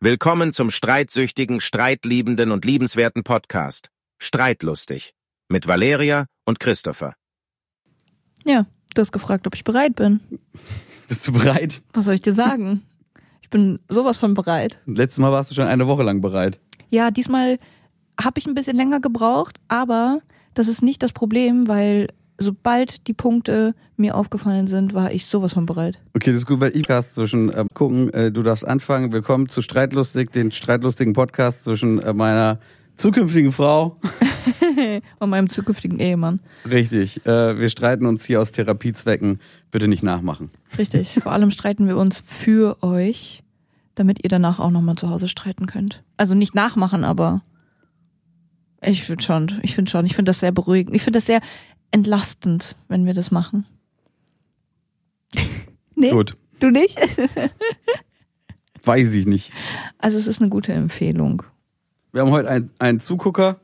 Willkommen zum streitsüchtigen, streitliebenden und liebenswerten Podcast Streitlustig mit Valeria und Christopher. Ja, du hast gefragt, ob ich bereit bin. Bist du bereit? Was soll ich dir sagen? Ich bin sowas von bereit. Letztes Mal warst du schon eine Woche lang bereit. Ja, diesmal habe ich ein bisschen länger gebraucht, aber das ist nicht das Problem, weil sobald die Punkte mir aufgefallen sind, war ich sowas von bereit. Okay, das ist gut, weil ich Podcast zwischen äh, gucken, äh, du darfst anfangen. Willkommen zu Streitlustig, den streitlustigen Podcast zwischen äh, meiner zukünftigen Frau. Und meinem zukünftigen Ehemann. Richtig, äh, wir streiten uns hier aus Therapiezwecken. Bitte nicht nachmachen. Richtig. Vor allem streiten wir uns für euch, damit ihr danach auch nochmal zu Hause streiten könnt. Also nicht nachmachen, aber ich finde schon, ich finde schon, ich finde das sehr beruhigend. Ich finde das sehr entlastend, wenn wir das machen. nee, Gut, du nicht? weiß ich nicht. Also es ist eine gute Empfehlung. Wir haben heute ein- einen Zugucker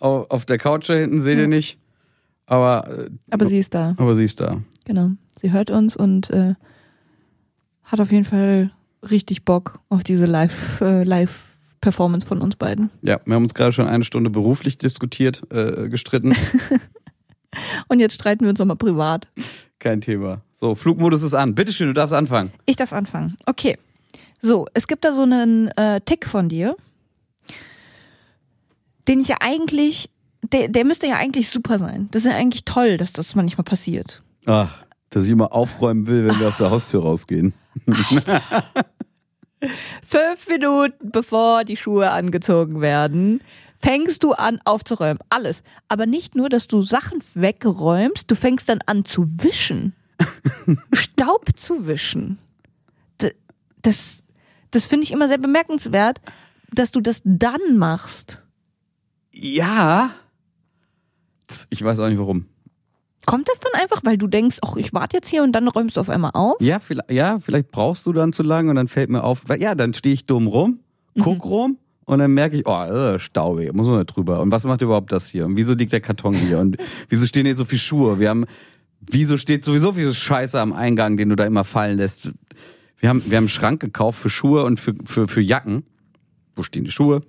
au- auf der Couch da hinten, seht ihr nicht. Aber, äh, Aber sie ist da. aber sie ist da. Genau. Sie hört uns und äh, hat auf jeden Fall richtig Bock auf diese Live, äh, Live-Performance von uns beiden. Ja, wir haben uns gerade schon eine Stunde beruflich diskutiert, äh, gestritten. Und jetzt streiten wir uns nochmal privat. Kein Thema. So, Flugmodus ist an. Bitteschön, du darfst anfangen. Ich darf anfangen. Okay. So, es gibt da so einen äh, Tick von dir, den ich ja eigentlich, der, der müsste ja eigentlich super sein. Das ist ja eigentlich toll, dass das manchmal passiert. Ach, dass ich immer aufräumen will, wenn wir aus der Haustür rausgehen. Fünf Minuten bevor die Schuhe angezogen werden, fängst du an aufzuräumen. Alles. Aber nicht nur, dass du Sachen wegräumst, du fängst dann an zu wischen. Staub zu wischen. D- Das, das finde ich immer sehr bemerkenswert, dass du das dann machst. Ja. Das- Ich weiß auch nicht warum. Kommt das dann einfach, weil du denkst, ach, ich warte jetzt hier und dann räumst du auf einmal auf? Ja, vielleicht, ja, vielleicht brauchst du dann zu lange und dann fällt mir auf, weil- ja, dann stehe ich dumm rum, guck rum und dann merke ich, oh, äh, Staubig, muss man da drüber. Und was macht überhaupt das hier? Und wieso liegt der Karton hier? Und wieso stehen hier so viele Schuhe? Wir haben, wieso steht sowieso viel Scheiße am Eingang, den du da immer fallen lässt? Wir haben, wir haben einen Schrank gekauft für Schuhe und für, für, für Jacken. Wo stehen die Schuhe?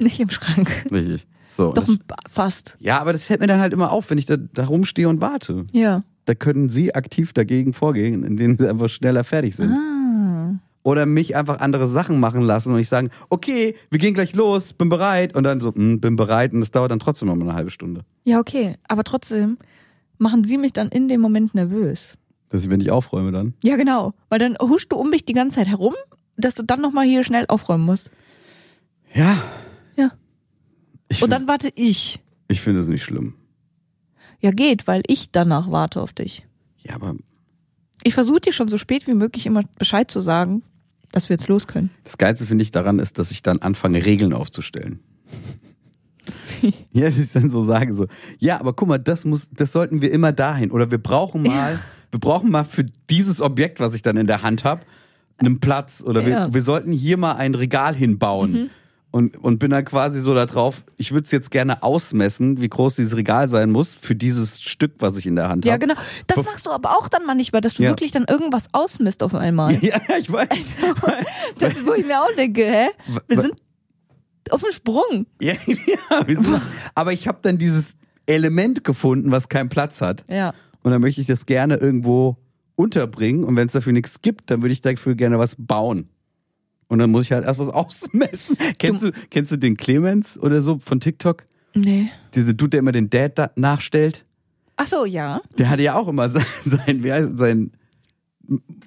Nicht im Schrank. Richtig. So. und Doch, das, fast. ja, aber das fällt mir dann halt immer auf, wenn ich da, da rumstehe und warte. Ja. Da können sie aktiv dagegen vorgehen, indem sie einfach schneller fertig sind. Ah. Mhm. Oder mich einfach andere Sachen machen lassen und ich sagen, okay, wir gehen gleich los, bin bereit. Und dann so, hm, bin bereit und das dauert dann trotzdem nochmal eine halbe Stunde. Ja, okay. Aber trotzdem machen sie mich dann in dem Moment nervös. Dass ich, wenn ich aufräume dann. Ja, genau. Weil dann huschst du um mich die ganze Zeit herum, dass du dann nochmal hier schnell aufräumen musst. Ja. Ja. Ich Und finde dann warte ich. find das nicht schlimm. Ja, geht, weil ich danach warte auf dich. Ja, aber Ich versuche dir schon so spät wie möglich immer Bescheid zu sagen, dass wir jetzt los können. das Geilste finde ich daran ist, dass ich dann anfange, Regeln aufzustellen. Ja, dass ich dann so sage so, ja, aber guck mal, das muss, das sollten wir immer dahin. Oder wir brauchen mal, wir brauchen mal für dieses Objekt, was ich dann in der Hand habe, einen Platz. Oder Ja. Mhm. wir, wir sollten hier mal ein Regal hinbauen. Und, und bin dann quasi so da drauf, ich würde es jetzt gerne ausmessen, wie groß dieses Regal sein muss für dieses Stück, was ich in der Hand habe. Ja, genau. Das Bef- machst du aber auch dann manchmal, dass du Ja. wirklich dann irgendwas ausmisst auf einmal. Ja, ich weiß. Das, wo ich mir auch denke, hä? Wir Wa- sind auf dem Sprung. ja, ja, wir sind- aber ich habe dann dieses Element gefunden, was keinen Platz hat. Ja. Und dann möchte ich das gerne irgendwo unterbringen. Und wenn es dafür nichts gibt, dann würde ich dafür gerne was bauen. Und dann muss ich halt erst was ausmessen. Kennst du, kennst du den Clemens oder so von TikTok? Nee. Diese Dude, der immer den Dad da nachstellt? Ach so, ja. Der hatte ja auch immer sein, sein, wie heißt, sein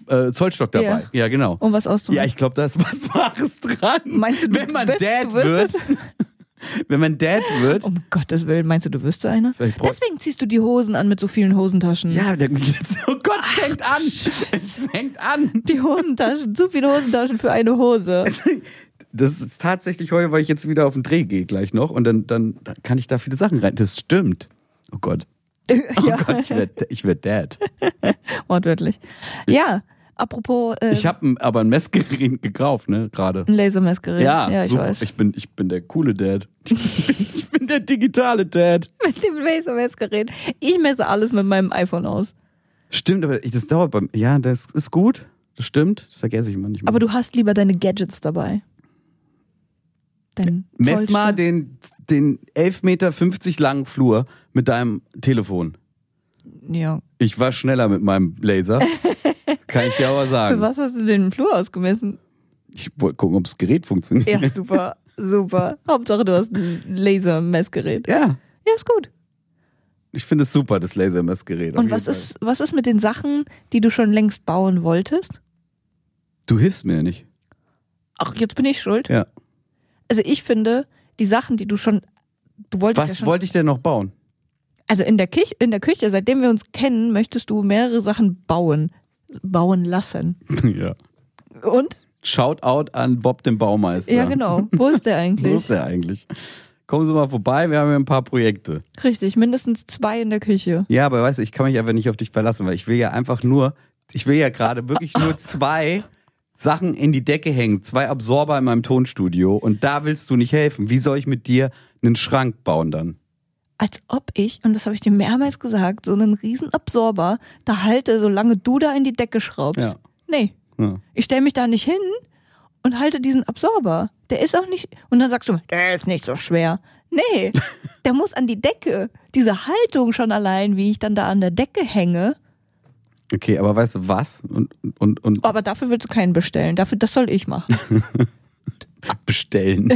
äh, Zollstock dabei. Ja. Ja, genau. Um was auszumachen. Ja, ich glaube, da ist was Wahres dran. Meinst du, du wenn man bist- Dad du wirst wird, wenn man Dad wird, Um Gottes Willen, meinst du, du wirst so einer? Vielleicht brauch- Deswegen ziehst du die Hosen an mit so vielen Hosentaschen. ja, der, oh Gott, es fängt an. Es fängt an. Die Hosentaschen, zu viele Hosentaschen für eine Hose. Das ist tatsächlich heute, weil ich jetzt wieder auf den Dreh gehe gleich noch und dann, dann kann ich da viele Sachen rein. Das stimmt. Oh Gott. Oh Gott, ich werd, ich werd Dad. Wortwörtlich. Ja, apropos äh, Ich habe aber ein Messgerät gekauft, ne, gerade. ein Lasermessgerät. Ja, ich super. weiß. Ich bin, ich bin der coole Dad. Ich bin, ich bin der digitale Dad. mit dem Lasermessgerät. Ich messe alles mit meinem iPhone aus. Stimmt, aber ich, das dauert beim. Ja, das ist gut. Das stimmt. Das vergesse ich immer nicht mehr. Aber du hast lieber deine Gadgets dabei. Dein Mess mal Zollstock. den, den 11,50 Meter langen Flur mit deinem Telefon. Ja. Ich war schneller mit meinem Laser. Kann ich dir aber Für sagen. was hast du den Flur ausgemessen? Ich wollte gucken, ob das Gerät funktioniert. Ja, super, super. Hauptsache, du hast ein Lasermessgerät. Ja, Ja, ist gut. ich finde es super, das Lasermessgerät. auf Und jeden was Fall. ist, was ist mit den Sachen, die du schon längst bauen wolltest? Du hilfst mir ja nicht. Ach, jetzt bin ich schuld. Ja. Also ich finde, die Sachen, die du schon, du wolltest ja Was schon, wollte ich denn noch bauen? also in der Küche, in der Küche, seitdem wir uns kennen, möchtest du mehrere Sachen bauen, bauen lassen. ja. Und? Shoutout an Bob den Baumeister. Ja, genau. Wo ist der eigentlich? Wo ist der eigentlich? Kommen Sie mal vorbei, wir haben hier ein paar Projekte. Richtig, mindestens zwei in der Küche. Ja, aber weißt du, ich kann mich einfach nicht auf dich verlassen, weil ich will ja einfach nur, ich will ja gerade wirklich nur zwei Sachen in die Decke hängen, zwei Absorber in meinem Tonstudio und da willst du nicht helfen. Wie soll ich mit dir einen Schrank bauen dann? Als ob ich, und das habe ich dir mehrmals gesagt, so einen riesen Absorber da halte, solange du da in die Decke schraubst. Ja. Nee, Ja. ich stelle mich da nicht hin und halte diesen Absorber. Der ist auch nicht, und dann sagst du, der ist nicht so schwer. Nee, der muss an die Decke. Diese Haltung schon allein, wie ich dann da an der Decke hänge. Okay, aber weißt du was? Und, und, und Aber dafür willst du keinen bestellen. Dafür, das soll ich machen. bestellen.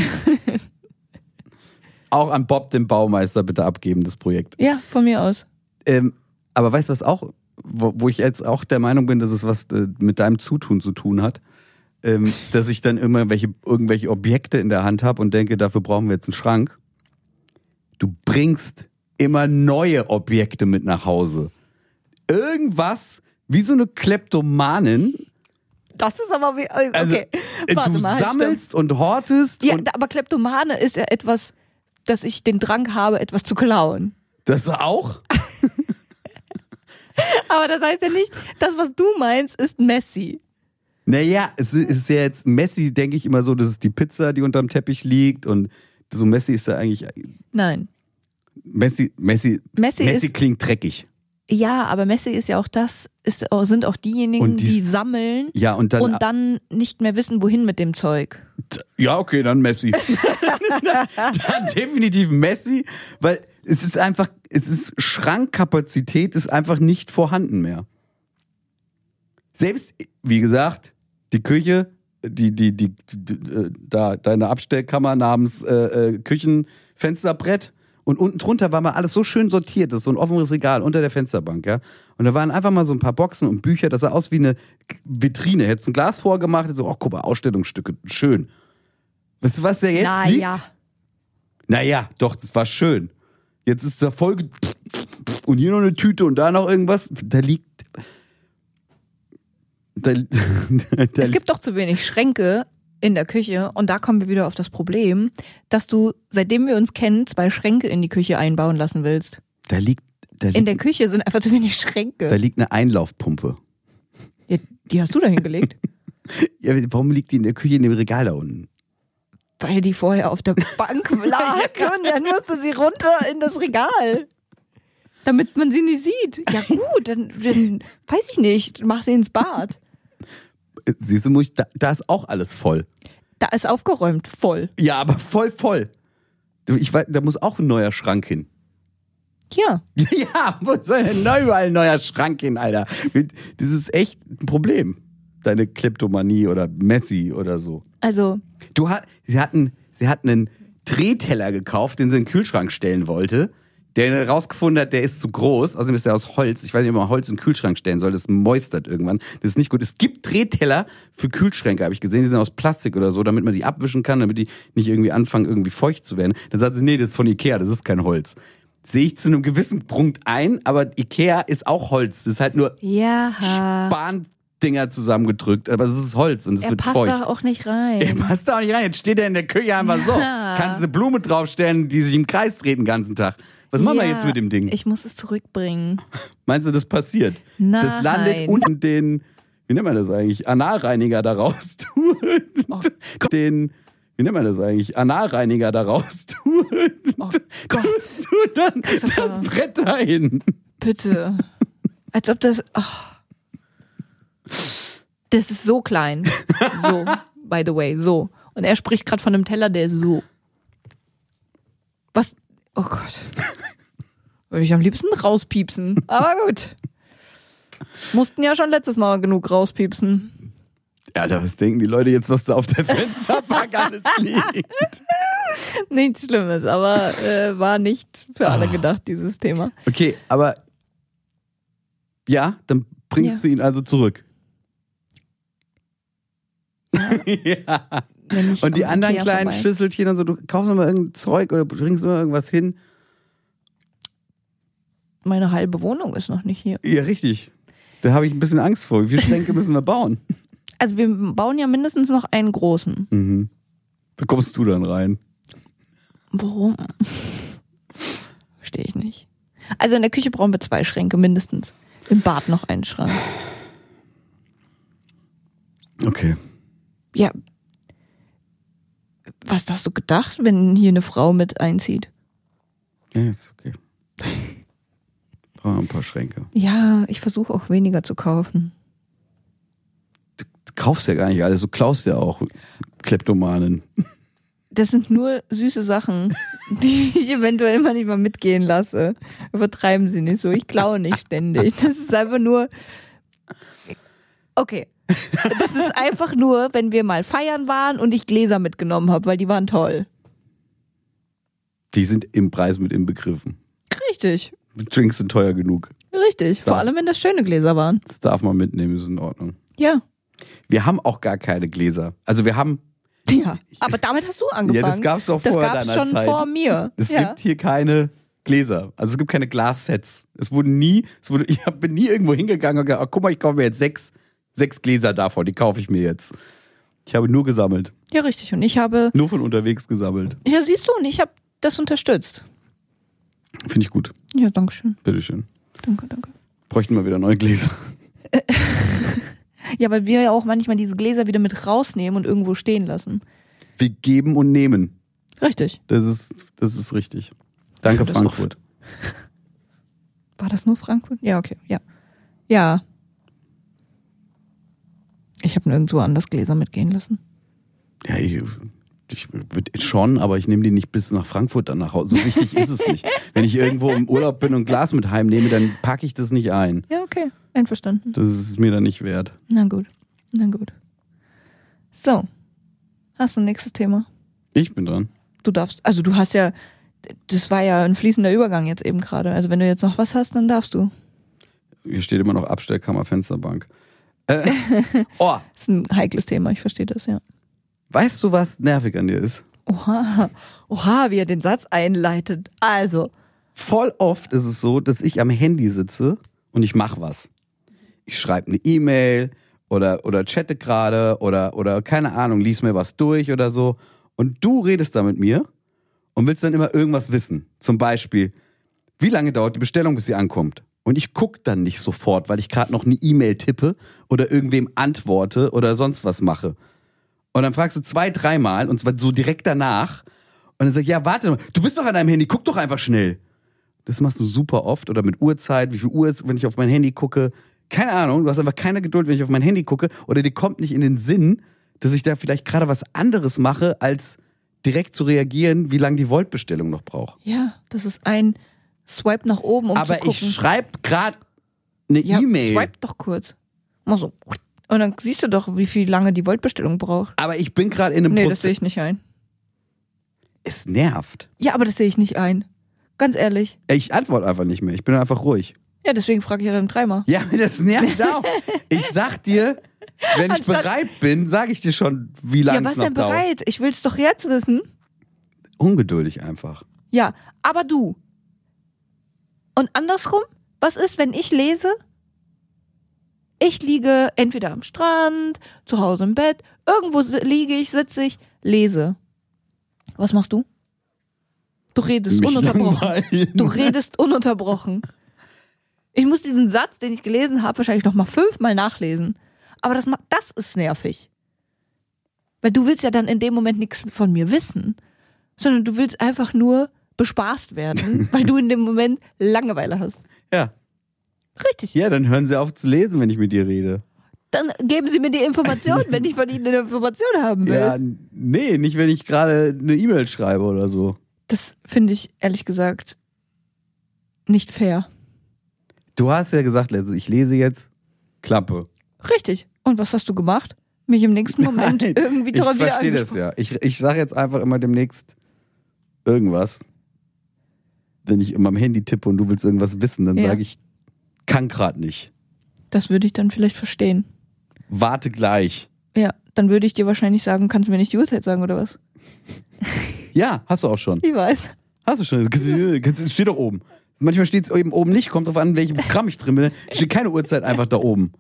auch an Bob den Baumeister bitte abgeben, das Projekt. Ja, von mir aus. Ähm, aber weißt du, was auch, wo, wo ich jetzt auch der Meinung bin, dass es was äh, mit deinem Zutun zu tun hat? Ähm, dass ich dann immer welche, irgendwelche Objekte in der Hand habe und denke, dafür brauchen wir jetzt einen Schrank. Du bringst immer neue Objekte mit nach Hause. Irgendwas, wie so eine Kleptomanin. Das ist aber wie, okay. Also, äh, du halt, stopp. sammelst und hortest. Ja, und da, aber Kleptomane ist ja etwas, dass ich den Drang habe, etwas zu klauen. das auch? Aber das heißt ja nicht, das, was du meinst, ist messy. Naja, es i- ist ja jetzt Messi, denke ich immer so, das ist die Pizza, die unterm Teppich liegt und so Messi ist da eigentlich Nein. Messi Messi Messi Messi ist- klingt dreckig. Ja, aber Messe ist ja auch das, ist, auch- sind auch diejenigen, Und die, dies- sammeln Ja, und dann und dann nicht mehr wissen, wohin mit dem Zeug. Ja, okay, dann Messi. dann, dann definitiv Messi, weil es ist einfach es ist Schrankkapazität ist einfach nicht vorhanden mehr. Selbst wie gesagt, die Küche die, die, die, die, äh, da, deine Abstellkammer namens äh, äh, Küchenfensterbrett. Und unten drunter war mal alles so schön sortiert. Das ist so ein offenes Regal unter der Fensterbank, ja. Und da waren einfach mal so ein paar Boxen und Bücher. Das sah aus wie eine Vitrine. Hättest ein Glas vorgemacht, hättest so, oh, guck mal, Ausstellungsstücke, schön. Weißt du, was da jetzt Na liegt? ja. Naja, doch, das war schön. Jetzt ist da voll. ge- Und hier noch eine Tüte und da noch irgendwas. Da liegt. Da, da, Es gibt doch zu wenig Schränke in der Küche und da kommen wir wieder auf das Problem, dass du, seitdem wir uns kennen, zwei Schränke in die Küche einbauen lassen willst. da liegt. Da liegt In der Küche sind einfach zu wenig Schränke. Da liegt eine Einlaufpumpe. ja, die hast du da hingelegt. Ja, warum liegt die in der Küche in dem Regal da unten? Weil die vorher auf der Bank lag und dann musste sie runter in das Regal. Damit man sie nicht sieht. Ja gut, dann, dann weiß ich nicht, mach sie ins Bad. Äh, Siehst du, muss ich- da, da ist auch alles voll. Da ist aufgeräumt, voll. Ja, aber voll, voll. Du, Ich weiß, da muss auch ein neuer Schrank hin. Ja, Ja, wo soll denn neu überall ein neuer Schrank hin, Alter? Das ist echt ein Problem. Deine Kleptomanie oder Messi oder so. also Du hat, sie hatten, sie hatten einen Drehteller gekauft, den sie in den Kühlschrank stellen wollte. Der herausgefunden hat, der ist zu groß. Außerdem ist der aus Holz. Ich weiß nicht, ob man Holz in den Kühlschrank stellen soll. Das mäustert irgendwann. Das ist nicht gut. Es gibt Drehteller für Kühlschränke, habe ich gesehen. Die sind aus Plastik oder so, damit man die abwischen kann, damit die nicht irgendwie anfangen, irgendwie feucht zu werden. Dann sagt sie, nee, das ist von Ikea, das ist kein Holz. Sehe ich zu einem gewissen Punkt ein, aber Ikea ist auch Holz. Das ist halt nur ja, Spandinger zusammengedrückt. Aber es ist Holz und es er wird passt feucht. da auch nicht Ey, rein. passt da auch nicht rein. Jetzt steht er in der Küche einfach so. Ja. Kannst eine Blume draufstellen, die sich im Kreis dreht den ganzen Tag. Was machen wir Ja, jetzt mit dem Ding? Ich muss es zurückbringen. Meinst du, das passiert? Nein. Das landet unten den, wie nennt man das eigentlich? Analreiniger da raus tut. Oh Den, wie nennt man das eigentlich? Analreiniger da raus tut. Oh Tust du dann das Brett dahin? Bitte. Als ob das. Oh. Das ist so klein. So, by the way, so. Und er spricht gerade von einem Teller, der ist so. Was? Oh Gott. Würde ich am liebsten rauspiepsen. Aber gut. Mussten ja schon letztes Mal genug rauspiepsen. Alter, was denken die Leute jetzt, was da auf der Fensterbank alles liegt? Nichts Schlimmes, aber äh, war nicht für alle Ah. gedacht, dieses Thema. Okay, aber ja, dann bringst Ja. du ihn also zurück. ja. Wenn ich Und die am anderen Ikea kleinen vorbei- Schüsselchen und so, du kaufst nochmal irgendein Zeug oder bringst nochmal irgendwas hin. Meine halbe Wohnung ist noch nicht hier. Ja, richtig. Da habe ich ein bisschen Angst vor. Wie viele Schränke müssen wir bauen? Also wir bauen ja mindestens noch einen großen. Mhm. Da kommst du dann rein. Warum? Verstehe ich nicht. Also in der Küche brauchen wir zwei Schränke mindestens. Im Bad noch einen Schrank. Okay. Ja. Was hast du gedacht, wenn hier eine Frau mit einzieht? Ja, ist okay. Brauchen wir ein paar Schränke. Ja, ich versuche auch weniger zu kaufen. Du kaufst ja gar nicht alles, du klaust ja auch Kleptomanen. Das sind nur süße Sachen, die ich eventuell manchmal mitgehen lasse. Übertreiben Sie nicht so. Ich klaue nicht ständig. Das ist einfach nur. Okay. Das ist einfach nur, wenn wir mal feiern waren und ich Gläser mitgenommen habe, weil die waren toll. Die sind im Preis mit inbegriffen. Richtig. Drinks sind teuer genug. Richtig. Vor Ja. allem, wenn das schöne Gläser waren. Das darf man mitnehmen, ist in Ordnung. Ja. Wir haben auch gar keine Gläser. Also wir haben, Ja. Aber damit hast du angefangen. ja, das gab's doch Das vor gab's deiner schon Zeit. vor mir. Es ja. gibt hier keine Gläser. Also es gibt keine Glassets. Es wurde nie, es wurde, ich hab- bin nie irgendwo hingegangen und gesagt, oh, guck mal, ich kaufe mir jetzt sechs, sechs Gläser davon, die kaufe ich mir jetzt. Ich habe nur gesammelt. ja, richtig. Und ich habe, Nur von unterwegs gesammelt. ja, siehst du, und ich habe das unterstützt. Finde ich gut. Ja, danke schön. Bitteschön. Danke, danke. Bräuchten mal wieder neue Gläser. Ja, weil wir ja auch manchmal diese Gläser wieder mit rausnehmen und irgendwo stehen lassen. Wir geben und nehmen. Richtig. Das ist, das ist richtig. Danke, Das Frankfurt. War das nur Frankfurt? Ja, okay. Ja. Ja. Ich habe nirgendwo anders Gläser mitgehen lassen. Ja, ich, ich würde schon, aber ich nehme die nicht bis nach Frankfurt dann nach Hause. So wichtig ist es nicht. Wenn ich irgendwo im Urlaub bin und Glas mit heimnehme, dann packe ich das nicht ein. Ja, okay. Einverstanden. Das ist mir dann nicht wert. Na gut. Na gut. So. Hast du ein nächstes Thema? Ich bin dran. Du darfst, also du hast ja, das war ja ein fließender Übergang jetzt eben gerade. Also wenn du jetzt noch was hast, dann darfst du. Hier steht immer noch Abstellkammer, Fensterbank. Äh, oh, Das ist ein heikles Thema, ich verstehe das, ja. weißt du, was nervig an dir ist? Oha, oha, wie er den Satz einleitet. Also, Voll oft ist es so, dass ich am Handy sitze und ich mache was. Ich schreibe eine E-Mail oder, oder chatte gerade oder, oder keine Ahnung, lies mir was durch oder so. Und du redest da mit mir und willst dann immer irgendwas wissen. Zum Beispiel, wie lange dauert die Bestellung, bis sie ankommt? Und ich guck dann nicht sofort, weil ich gerade noch eine E-Mail tippe oder irgendwem antworte oder sonst was mache. Und dann fragst du zwei, dreimal und zwar so direkt danach. Und dann sag ich, ja, warte, mal, du bist doch an deinem Handy, guck doch einfach schnell. Das machst du super oft oder mit Uhrzeit, wie viel Uhr ist, wenn ich auf mein Handy gucke. Keine Ahnung, du hast einfach keine Geduld, wenn ich auf mein Handy gucke oder dir kommt nicht in den Sinn, dass ich da vielleicht gerade was anderes mache, als direkt zu reagieren, wie lange die Voltbestellung noch braucht. ja, das ist ein Swipe nach oben, um Aber zu gucken. ich schreibe gerade eine ja, E-Mail. Swipe doch kurz. Mach so. Und dann siehst du doch, wie viel lange die Voltbestellung braucht. Aber ich bin gerade in einem Nee, das sehe Prozess. ich nicht ein. Es nervt. Ja, aber das sehe ich nicht ein. Ganz ehrlich. Ich antworte einfach nicht mehr. Ich bin einfach ruhig. Ja, deswegen frage ich ja dann dreimal. Ja, das nervt auch. Ich sag dir, wenn ich Anstatt- bereit bin, sage ich dir schon, wie lange ja, was es noch denn dauert. bereit? Ich will's doch jetzt wissen. Ungeduldig einfach. Ja, aber du. Und andersrum, was ist, wenn ich lese? Ich liege entweder am Strand, zu Hause im Bett, irgendwo si- liege ich, sitze ich, lese. Was machst du? Du redest Mich ununterbrochen. langweilen. Du redest ununterbrochen. Ich muss diesen Satz, den ich gelesen habe, wahrscheinlich noch mal fünfmal nachlesen. Aber das, ma- das ist nervig. Weil du willst ja dann in dem Moment nichts von mir wissen, sondern du willst einfach nur bespaßt werden, weil du in dem Moment Langeweile hast. Ja. Richtig. ja, dann hören sie auf zu lesen, wenn ich mit dir rede. Dann geben sie mir die Information, wenn ich von ihnen eine Information haben will. Ja, n- nee, nicht wenn ich gerade eine E-Mail schreibe oder so. Das finde ich ehrlich gesagt nicht fair. Du hast ja gesagt, letztens, ich lese jetzt Klappe. Richtig. Und was hast du gemacht? Mich im nächsten Moment Nein, irgendwie ich dran wieder verstehe das angesprochen. ja. Ich, ich sage jetzt einfach immer demnächst irgendwas. Wenn ich in meinem Handy tippe und du willst irgendwas wissen, dann Ja. sage ich, kann grad nicht. Das würde ich dann vielleicht verstehen. Warte gleich. Ja, dann würde ich dir wahrscheinlich sagen, kannst du mir nicht die Uhrzeit sagen oder was? Ja, hast du auch schon. Ich weiß. Hast du schon. Das steht doch oben. Manchmal steht es eben oben nicht, kommt drauf an, welchem Programm ich drin bin. Steht keine Uhrzeit einfach da oben.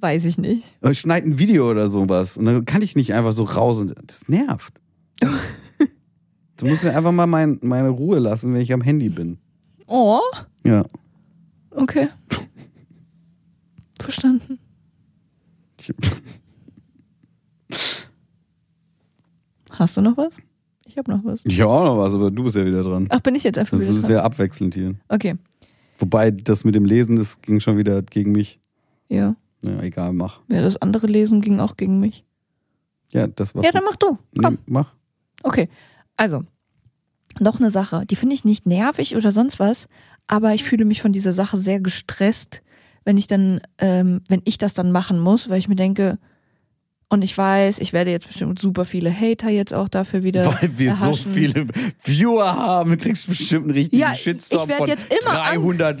Weiß ich nicht. Und ich Äh, schneid ein Video oder sowas. Und dann kann ich nicht einfach so raus und das nervt. du musst mir einfach mal mein, meine Ruhe lassen, wenn ich am Handy bin. Oh, Ja. okay. Verstanden. Ich, Hast du noch was? Ich habe noch was. ich hab auch noch was, aber du bist ja wieder dran. Ach, bin ich jetzt einfach Das wieder ist dran? sehr abwechselnd hier. Okay, Wobei das mit dem Lesen, das ging schon wieder gegen mich. ja. Ja, egal, mach. Ja, das andere Lesen ging auch gegen mich. Ja, das war. Ja, dann mach du. Komm. nee, mach. Okay, also noch eine Sache, die finde ich nicht nervig oder sonst was, aber ich fühle mich von dieser Sache sehr gestresst, wenn ich dann, ähm, wenn ich das dann machen muss, weil ich mir denke, und ich weiß, ich werde jetzt bestimmt super viele Hater jetzt auch dafür wieder. Weil wir so erhaschen. viele Viewer haben, kriegst du bestimmt einen richtigen Ja, ich- Shitstorm ich werd von jetzt immer 300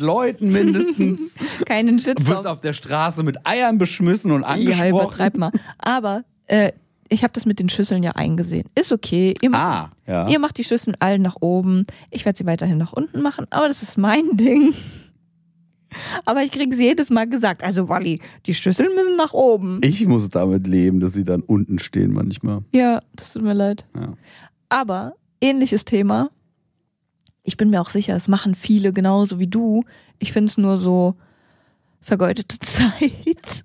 Leuten mindestens. keinen Du wirst Shitstorm. auf der Straße mit Eiern beschmissen und Ja, angesprochen. übertreib mal. Aber äh, ich habe das mit den Schüsseln ja eingesehen. Ist okay. Ihr macht ah, ja. Ihr macht die Schüsseln alle nach oben. Ich werde sie weiterhin nach unten machen, aber das ist mein Ding. Aber ich krieg's jedes Mal gesagt. Also, Wally, die Schüsseln müssen nach oben. Ich muss damit leben, dass sie dann unten stehen manchmal. Ja, das tut mir leid. Ja. Aber ähnliches Thema. Ich bin mir auch sicher, es machen viele genauso wie du. Ich find's nur so vergeudete Zeit.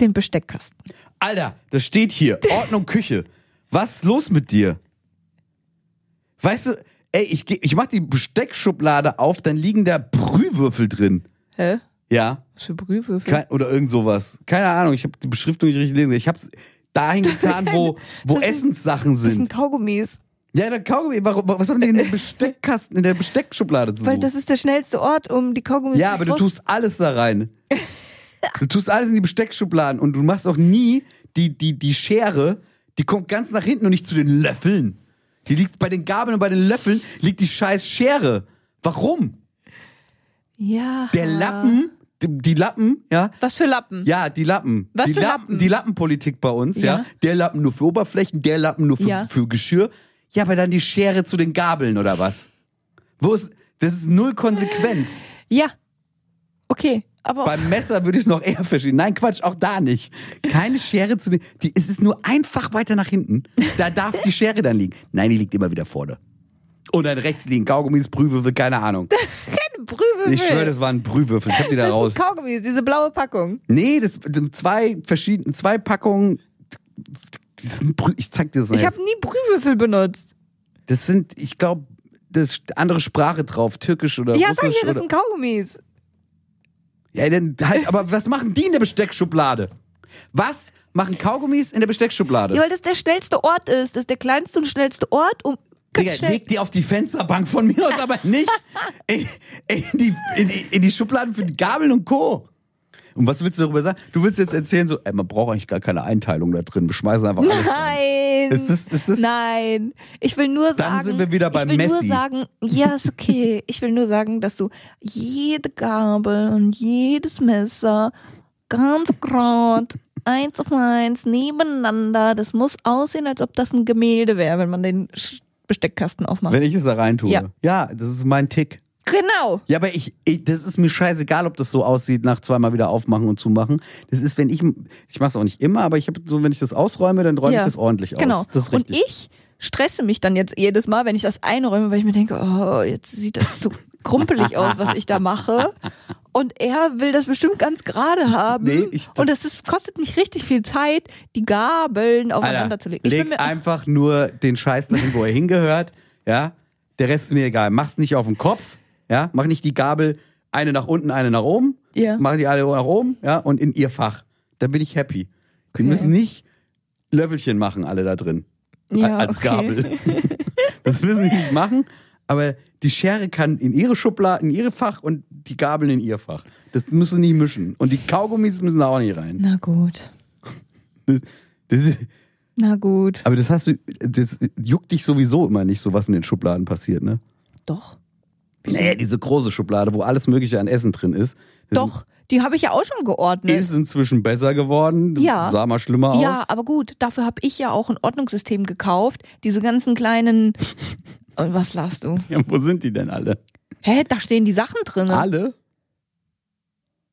Den Besteckkasten. Alter, das steht hier. Ordnung Küche. Was ist los mit dir? Weißt du, ey, ich, geh- ich mach die Besteckschublade auf, dann liegen da Brühwürfel drin. Hä? Ja, Was für Brühwürfel? kein, oder irgend sowas. Keine Ahnung, ich habe die Beschriftung nicht richtig gelesen. Ich hab's dahin getan, wo, wo das sind- Essenssachen das sind sind. Kaugummis. Ja, der Kaugummi, warum, was haben die in dem Besteckkasten, in der Besteckschublade zu Weil suchen? das ist der schnellste Ort, um die Kaugummis Ja, aber du raus- tust alles da rein. Du tust alles in die Besteckschubladen und du machst auch nie die, die, die Schere, die kommt ganz nach hinten und nicht zu den Löffeln. Die liegt bei den Gabeln und bei den Löffeln liegt die scheiß Schere. Warum? Ja. Der Lappen, die, die Lappen, ja. Was für Lappen? Ja, die Lappen. Was die für Lappen? Die Lappenpolitik bei uns, ja. Ja. Der Lappen nur für Oberflächen, der Lappen nur für, Ja. für Geschirr. Ja, aber dann die Schere zu den Gabeln oder was? Wo ist, das ist null konsequent. Ja. Okay, aber Beim Messer würde ich es noch eher verstehen. Nein, Quatsch, auch da nicht. Keine Schere zu den. Die, es ist nur einfach weiter nach hinten. Da darf die Schere dann liegen. Nein, die liegt immer wieder vorne. Und dann rechts liegen Kaugummis, Brühwürfel, keine Ahnung. Brühwürfel. Ich schwöre, das waren Brühwürfel. Ich hab die da das raus. sind Kaugummis, diese blaue Packung. Nee, das das sind zwei verschiedene, zwei Packungen. Das sind Brü ich zeig dir das mal Ich jetzt. habe nie Brühwürfel benutzt. Das sind, ich glaube, das ist andere Sprache drauf, türkisch oder Ja, sag russisch ich ja, das oder. sind Kaugummis. Ja, dann halt, aber was machen die in der Besteckschublade? Was machen Kaugummis in der Besteckschublade? Ja, weil das der schnellste Ort ist. Das ist der kleinste und schnellste Ort, um ganz Digga, schnell. leg die auf die Fensterbank von mir aus, aber nicht in, in, die, in, die, in die Schubladen für die Gabeln und Co. Und was willst du darüber sagen? Du willst jetzt erzählen, so, ey, man braucht eigentlich gar keine Einteilung da drin. Wir schmeißen einfach alles. rein. Nein. Ist das- ist das- Nein. Ich will nur sagen. Dann sind wir wieder bei ich will Messi. nur sagen, ja, ist okay. ich will nur sagen, dass du jede Gabel und jedes Messer ganz grad eins auf eins nebeneinander. Das muss aussehen, als ob das ein Gemälde wäre, wenn man den Sch- Besteckkasten aufmacht. Wenn ich es da rein tue. Ja. ja, das ist mein Tick. genau. Ja, aber ich, ich, das ist mir scheißegal, ob das so aussieht, nach zweimal wieder aufmachen und zumachen. Das ist, wenn ich, ich mach's auch nicht immer, aber ich habe so, wenn ich das ausräume, dann räume Ja. ich das ordentlich aus. Genau. Das ist und richtig. ich stresse mich dann jetzt jedes Mal, wenn ich das einräume, weil ich mir denke, oh, jetzt sieht das so krumpelig aus, was ich da mache. Und er will das bestimmt ganz gerade haben. Nee, ich- und das ist, kostet mich richtig viel Zeit, die Gabeln aufeinander zu legen. Ich bin leg mir, einfach nur den Scheiß dahin, wo er hingehört. Ja, der Rest ist mir egal. Mach's nicht auf den Kopf. Ja, mach nicht die Gabel eine nach unten, eine nach oben. Ja. Mach die alle nach oben. Ja, und in ihr Fach. Dann bin ich happy. Die müssen nicht Löffelchen machen, alle da drin. Ja, als okay. Gabel. Das müssen die nicht machen, aber die Schere kann in ihre Schublade, in ihre Fach und die Gabeln in ihr Fach. Das müssen die nicht mischen. Und die Kaugummis müssen da auch nicht rein. Na gut. Das, das ist, Na gut. aber das hast du, das juckt dich sowieso immer nicht, so was in den Schubladen passiert, ne? Doch. Naja, diese große Schublade, wo alles Mögliche an Essen drin ist. Das Doch. Die habe ich ja auch schon geordnet. Ist inzwischen besser geworden. Ja. Sah mal schlimmer aus. Ja, aber gut, dafür habe ich ja auch ein Ordnungssystem gekauft. Diese ganzen kleinen. Und was lachst du? Ja, wo sind die denn alle? Hä, da stehen die Sachen drin. Alle?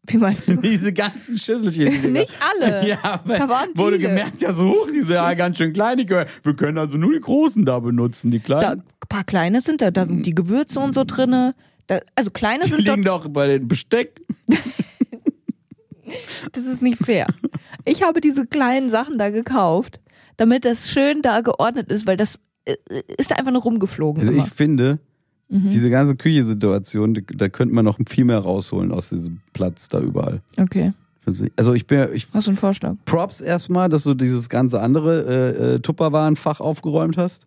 Wie meinst du? Diese ganzen Schüsselchen. die wir- Nicht alle. Ja, aber Da waren wurde viele. gemerkt, ja, so hoch, die sind ja ganz schön klein. Die gehören. Wir können also nur die großen da benutzen, die Da, kleinen. ein paar kleine sind da, da sind die Gewürze und so drinne. Da, also kleine die sind dort, liegen doch bei den Besteck. das ist nicht fair. Ich habe diese kleinen Sachen da gekauft, damit das schön da geordnet ist, weil das äh, ist da einfach nur rumgeflogen. Also immer. ich finde, Mhm. diese ganze Küchensituation, die- da könnte man noch viel mehr rausholen aus diesem Platz da überall. okay, Findest du nicht? Also ich bin, ja- ich was für ein Vorschlag. Props erstmal, dass du dieses ganze andere äh, äh, Tupperwarenfach aufgeräumt hast.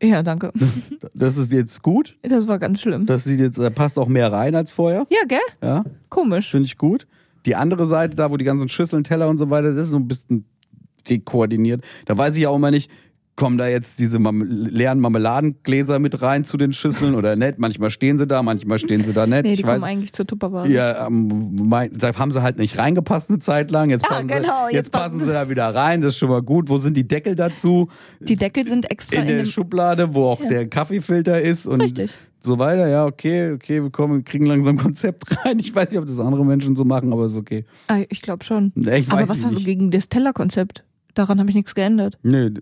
Ja, danke. Das ist jetzt gut. Das war ganz schlimm. Das sieht jetzt, da passt auch mehr rein als vorher. Ja, gell? Ja, Komisch. finde ich gut. Die andere Seite, da wo die ganzen Schüsseln, Teller und so weiter, das ist so ein bisschen dekoordiniert. Da weiß ich auch immer nicht, kommen da jetzt diese Marm leeren Marmeladengläser mit rein zu den Schüsseln oder nicht. Manchmal stehen sie da, manchmal stehen sie da nicht. Nee, die ich weiß, kommen eigentlich zur Tupperware. Ja, ähm, mein, da haben sie halt nicht reingepasst eine Zeit lang. Jetzt Ja, passen, genau, sie, jetzt jetzt passen passen sie da wieder rein. Das ist schon mal gut. Wo sind die Deckel dazu? Die Deckel sind extra in in, der dem. Schublade, wo auch Ja. der Kaffeefilter ist und Richtig. so weiter. Ja, okay, okay, wir kommen, wir kriegen langsam Konzept rein. Ich weiß nicht, ob das andere Menschen so machen, aber ist okay. Ah, ich glaube schon. Nee, ich Aber weiß was hast du nicht. gegen das Tellerkonzept? Daran habe ich nichts geändert. Nö.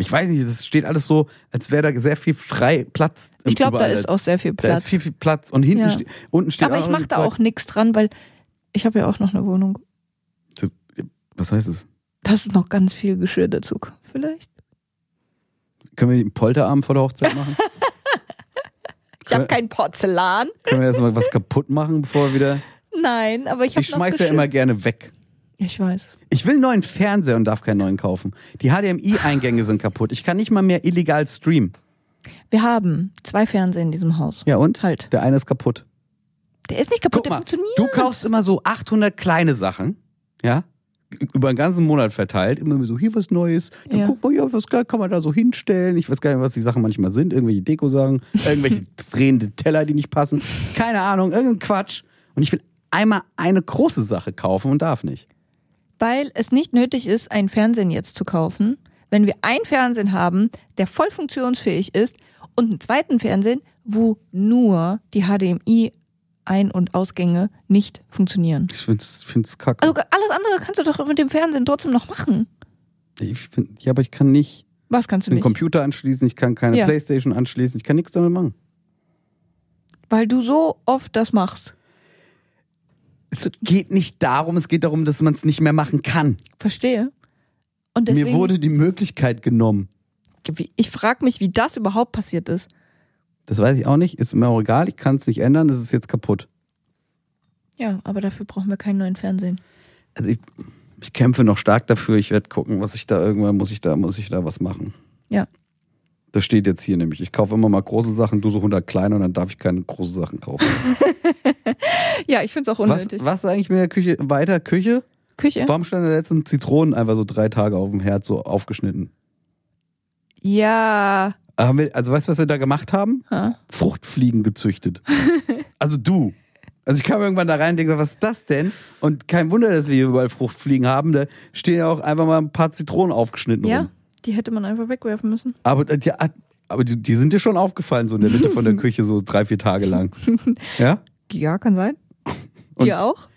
Ich weiß nicht, das steht alles so, als wäre da sehr viel frei Platz. Ich glaube, da überall. halt. ist auch sehr viel Da ist Platz. viel, viel Platz. Und hinten Ja. ste unten steht Aber ich noch mache da Zeug. auch nichts dran, weil ich habe ja auch noch eine Wohnung. Was heißt das? Da ist noch ganz viel Geschirr dazu. Vielleicht? Können wir einen Polterabend vor der Hochzeit machen? Ich habe kein Porzellan. Können wir erstmal was kaputt machen, bevor wir wieder. Nein, aber ich habe Ich noch schmeiß ja Geschirr. immer gerne weg. Ich weiß. Ich will einen neuen Fernseher und darf keinen neuen kaufen. Die HDMI-Eingänge sind kaputt. Ich kann nicht mal mehr illegal streamen. Wir haben zwei Fernseher in diesem Haus. Ja, und? Halt. Der eine ist kaputt. Der ist nicht kaputt, Guck der mal, funktioniert. du kaufst immer so 800 kleine Sachen, ja? Über den ganzen Monat verteilt, immer so, hier was Neues, dann Ja. guck mal, ja, was geil kann man da so hinstellen. Ich weiß gar nicht, was die Sachen manchmal sind, irgendwelche Deko-Sachen, irgendwelche drehende Teller, die nicht passen. Keine Ahnung, irgendein Quatsch. Und ich will einmal eine große Sache kaufen und darf nicht. Weil es nicht nötig ist, einen Fernsehen jetzt zu kaufen. Wenn wir einen Fernsehen haben, der voll funktionsfähig ist und einen zweiten Fernsehen, wo nur die HDMI-Ein- und Ausgänge nicht funktionieren. Ich find's, find's kacke. Also alles andere kannst du doch mit dem Fernsehen trotzdem noch machen. Ich find, ja, aber ich kann nicht Was kannst du den nicht? Computer anschließen, ich kann keine Ja. Playstation anschließen, ich kann nichts damit machen. Weil du so oft das machst. Es geht nicht darum, es geht darum, dass man es nicht mehr machen kann. Verstehe. Und deswegen, Mir wurde die Möglichkeit genommen. Wie- ich frage mich, wie das überhaupt passiert ist. Das weiß ich auch nicht, ist mir auch egal, ich kann es nicht ändern, es ist jetzt kaputt. Ja, aber dafür brauchen wir keinen neuen Fernsehen. Also ich, ich kämpfe noch stark dafür, ich werde gucken, was ich da irgendwann muss ich da muss ich da was machen. Ja. Das steht jetzt hier nämlich. Ich kaufe immer mal große Sachen, du so 100 kleine und dann darf ich keine großen Sachen kaufen. Ja, ich finde es auch was, unnötig. was ist eigentlich mit der Küche weiter Küche? Küche? Warum standen da letzten Zitronen einfach so drei Tage auf dem Herd so aufgeschnitten? Ja. Haben wir, also weißt du, was wir da gemacht haben? Ha? Fruchtfliegen gezüchtet. also du. Also ich kam irgendwann da rein und denke, was ist das denn? Und kein Wunder, dass wir hier überall Fruchtfliegen haben. Da stehen ja auch einfach mal ein paar Zitronen aufgeschnitten Ja, rum. die hätte man einfach wegwerfen müssen. Aber, äh, die, aber die, die sind dir schon aufgefallen, so in der Mitte von der Küche, so drei, vier Tage lang. Ja? Ja, kann sein. Und- Dir auch?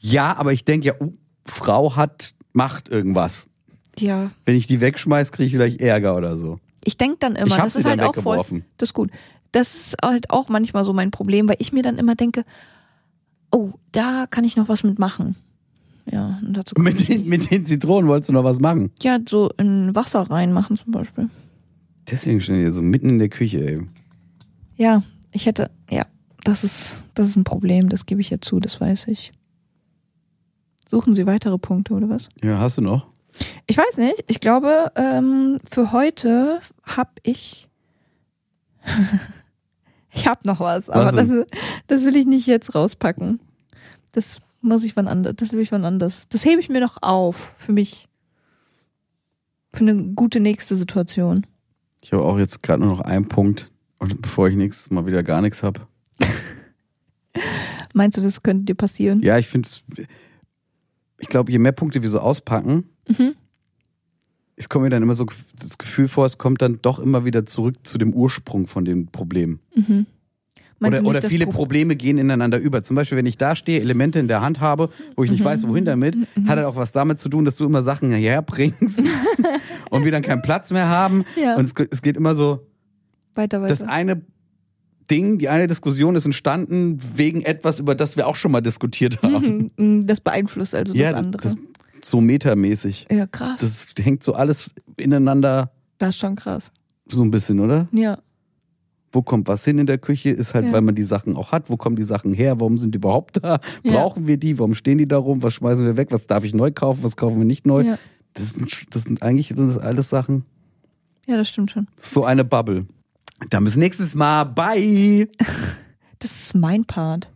Ja, aber ich denke ja, oh, Frau hat, macht irgendwas. Ja. Wenn ich die wegschmeiß, kriege ich vielleicht Ärger oder so. Ich denk dann immer, Ich hab das sie ist halt dann auch voll. weggeworfen. Das ist gut. Das ist halt auch manchmal so mein Problem, weil ich mir dann immer denke, oh, da kann ich noch was mitmachen. Ja, und dazu komme ich Mit den, mit den Zitronen wolltest du noch was machen. Ja, so in Wasser reinmachen zum Beispiel. Deswegen stehen die so mitten in der Küche, ey. Ja, ich hätte, ja, das ist, das ist ein Problem, das gebe ich ja zu, das weiß ich. Suchen Sie weitere Punkte oder was? Ja, hast du noch? Ich weiß nicht. Ich glaube, ähm, für heute habe ich Ich hab noch was, aber das, denn? das will ich nicht jetzt rauspacken. Das muss ich wann anders, das will ich wann anders. Das hebe ich mir noch auf für mich. Für eine gute nächste Situation. Ich habe auch jetzt gerade nur noch einen Punkt. Und bevor ich nichts, mal wieder gar nichts habe. Meinst du, das könnte dir passieren? Ja, ich finde es. Ich glaube, je mehr Punkte wir so auspacken, es kommt mir dann immer so gef- das Gefühl vor, es kommt dann doch immer wieder zurück zu dem Ursprung von dem Problem. Mhm. Meinst oder du nicht, oder das viele Pro- Probleme gehen ineinander über. Zum Beispiel, wenn ich da stehe, Elemente in der Hand habe, wo ich nicht weiß, wohin damit, Mhm, hat halt auch was damit zu tun, dass du immer Sachen herbringst und wir dann keinen Platz mehr haben. Ja. Und es, ge- es geht immer so, Weiter, weiter. das eine Ding, die eine Diskussion ist entstanden wegen etwas, über das wir auch schon mal diskutiert haben. Mhm, mhm, das beeinflusst also ja, das andere. das, so metamäßig. ja, krass. Das, Das hängt so alles ineinander ist schon krass. so ein bisschen, oder? Ja. Wo kommt was hin in der Küche? Ist halt, Ja. weil man die Sachen auch hat. Wo kommen die Sachen her? Warum sind die überhaupt da? Ja. Brauchen wir die? Warum stehen die da rum? Was schmeißen wir weg? Was darf ich neu kaufen? Was kaufen wir nicht neu? Ja. Das, sind, sch- das sind eigentlich sind das alles Sachen. ja, das stimmt schon. Das ist so eine Bubble. Dann bis nächstes Mal. Bye. Das ist mein Part.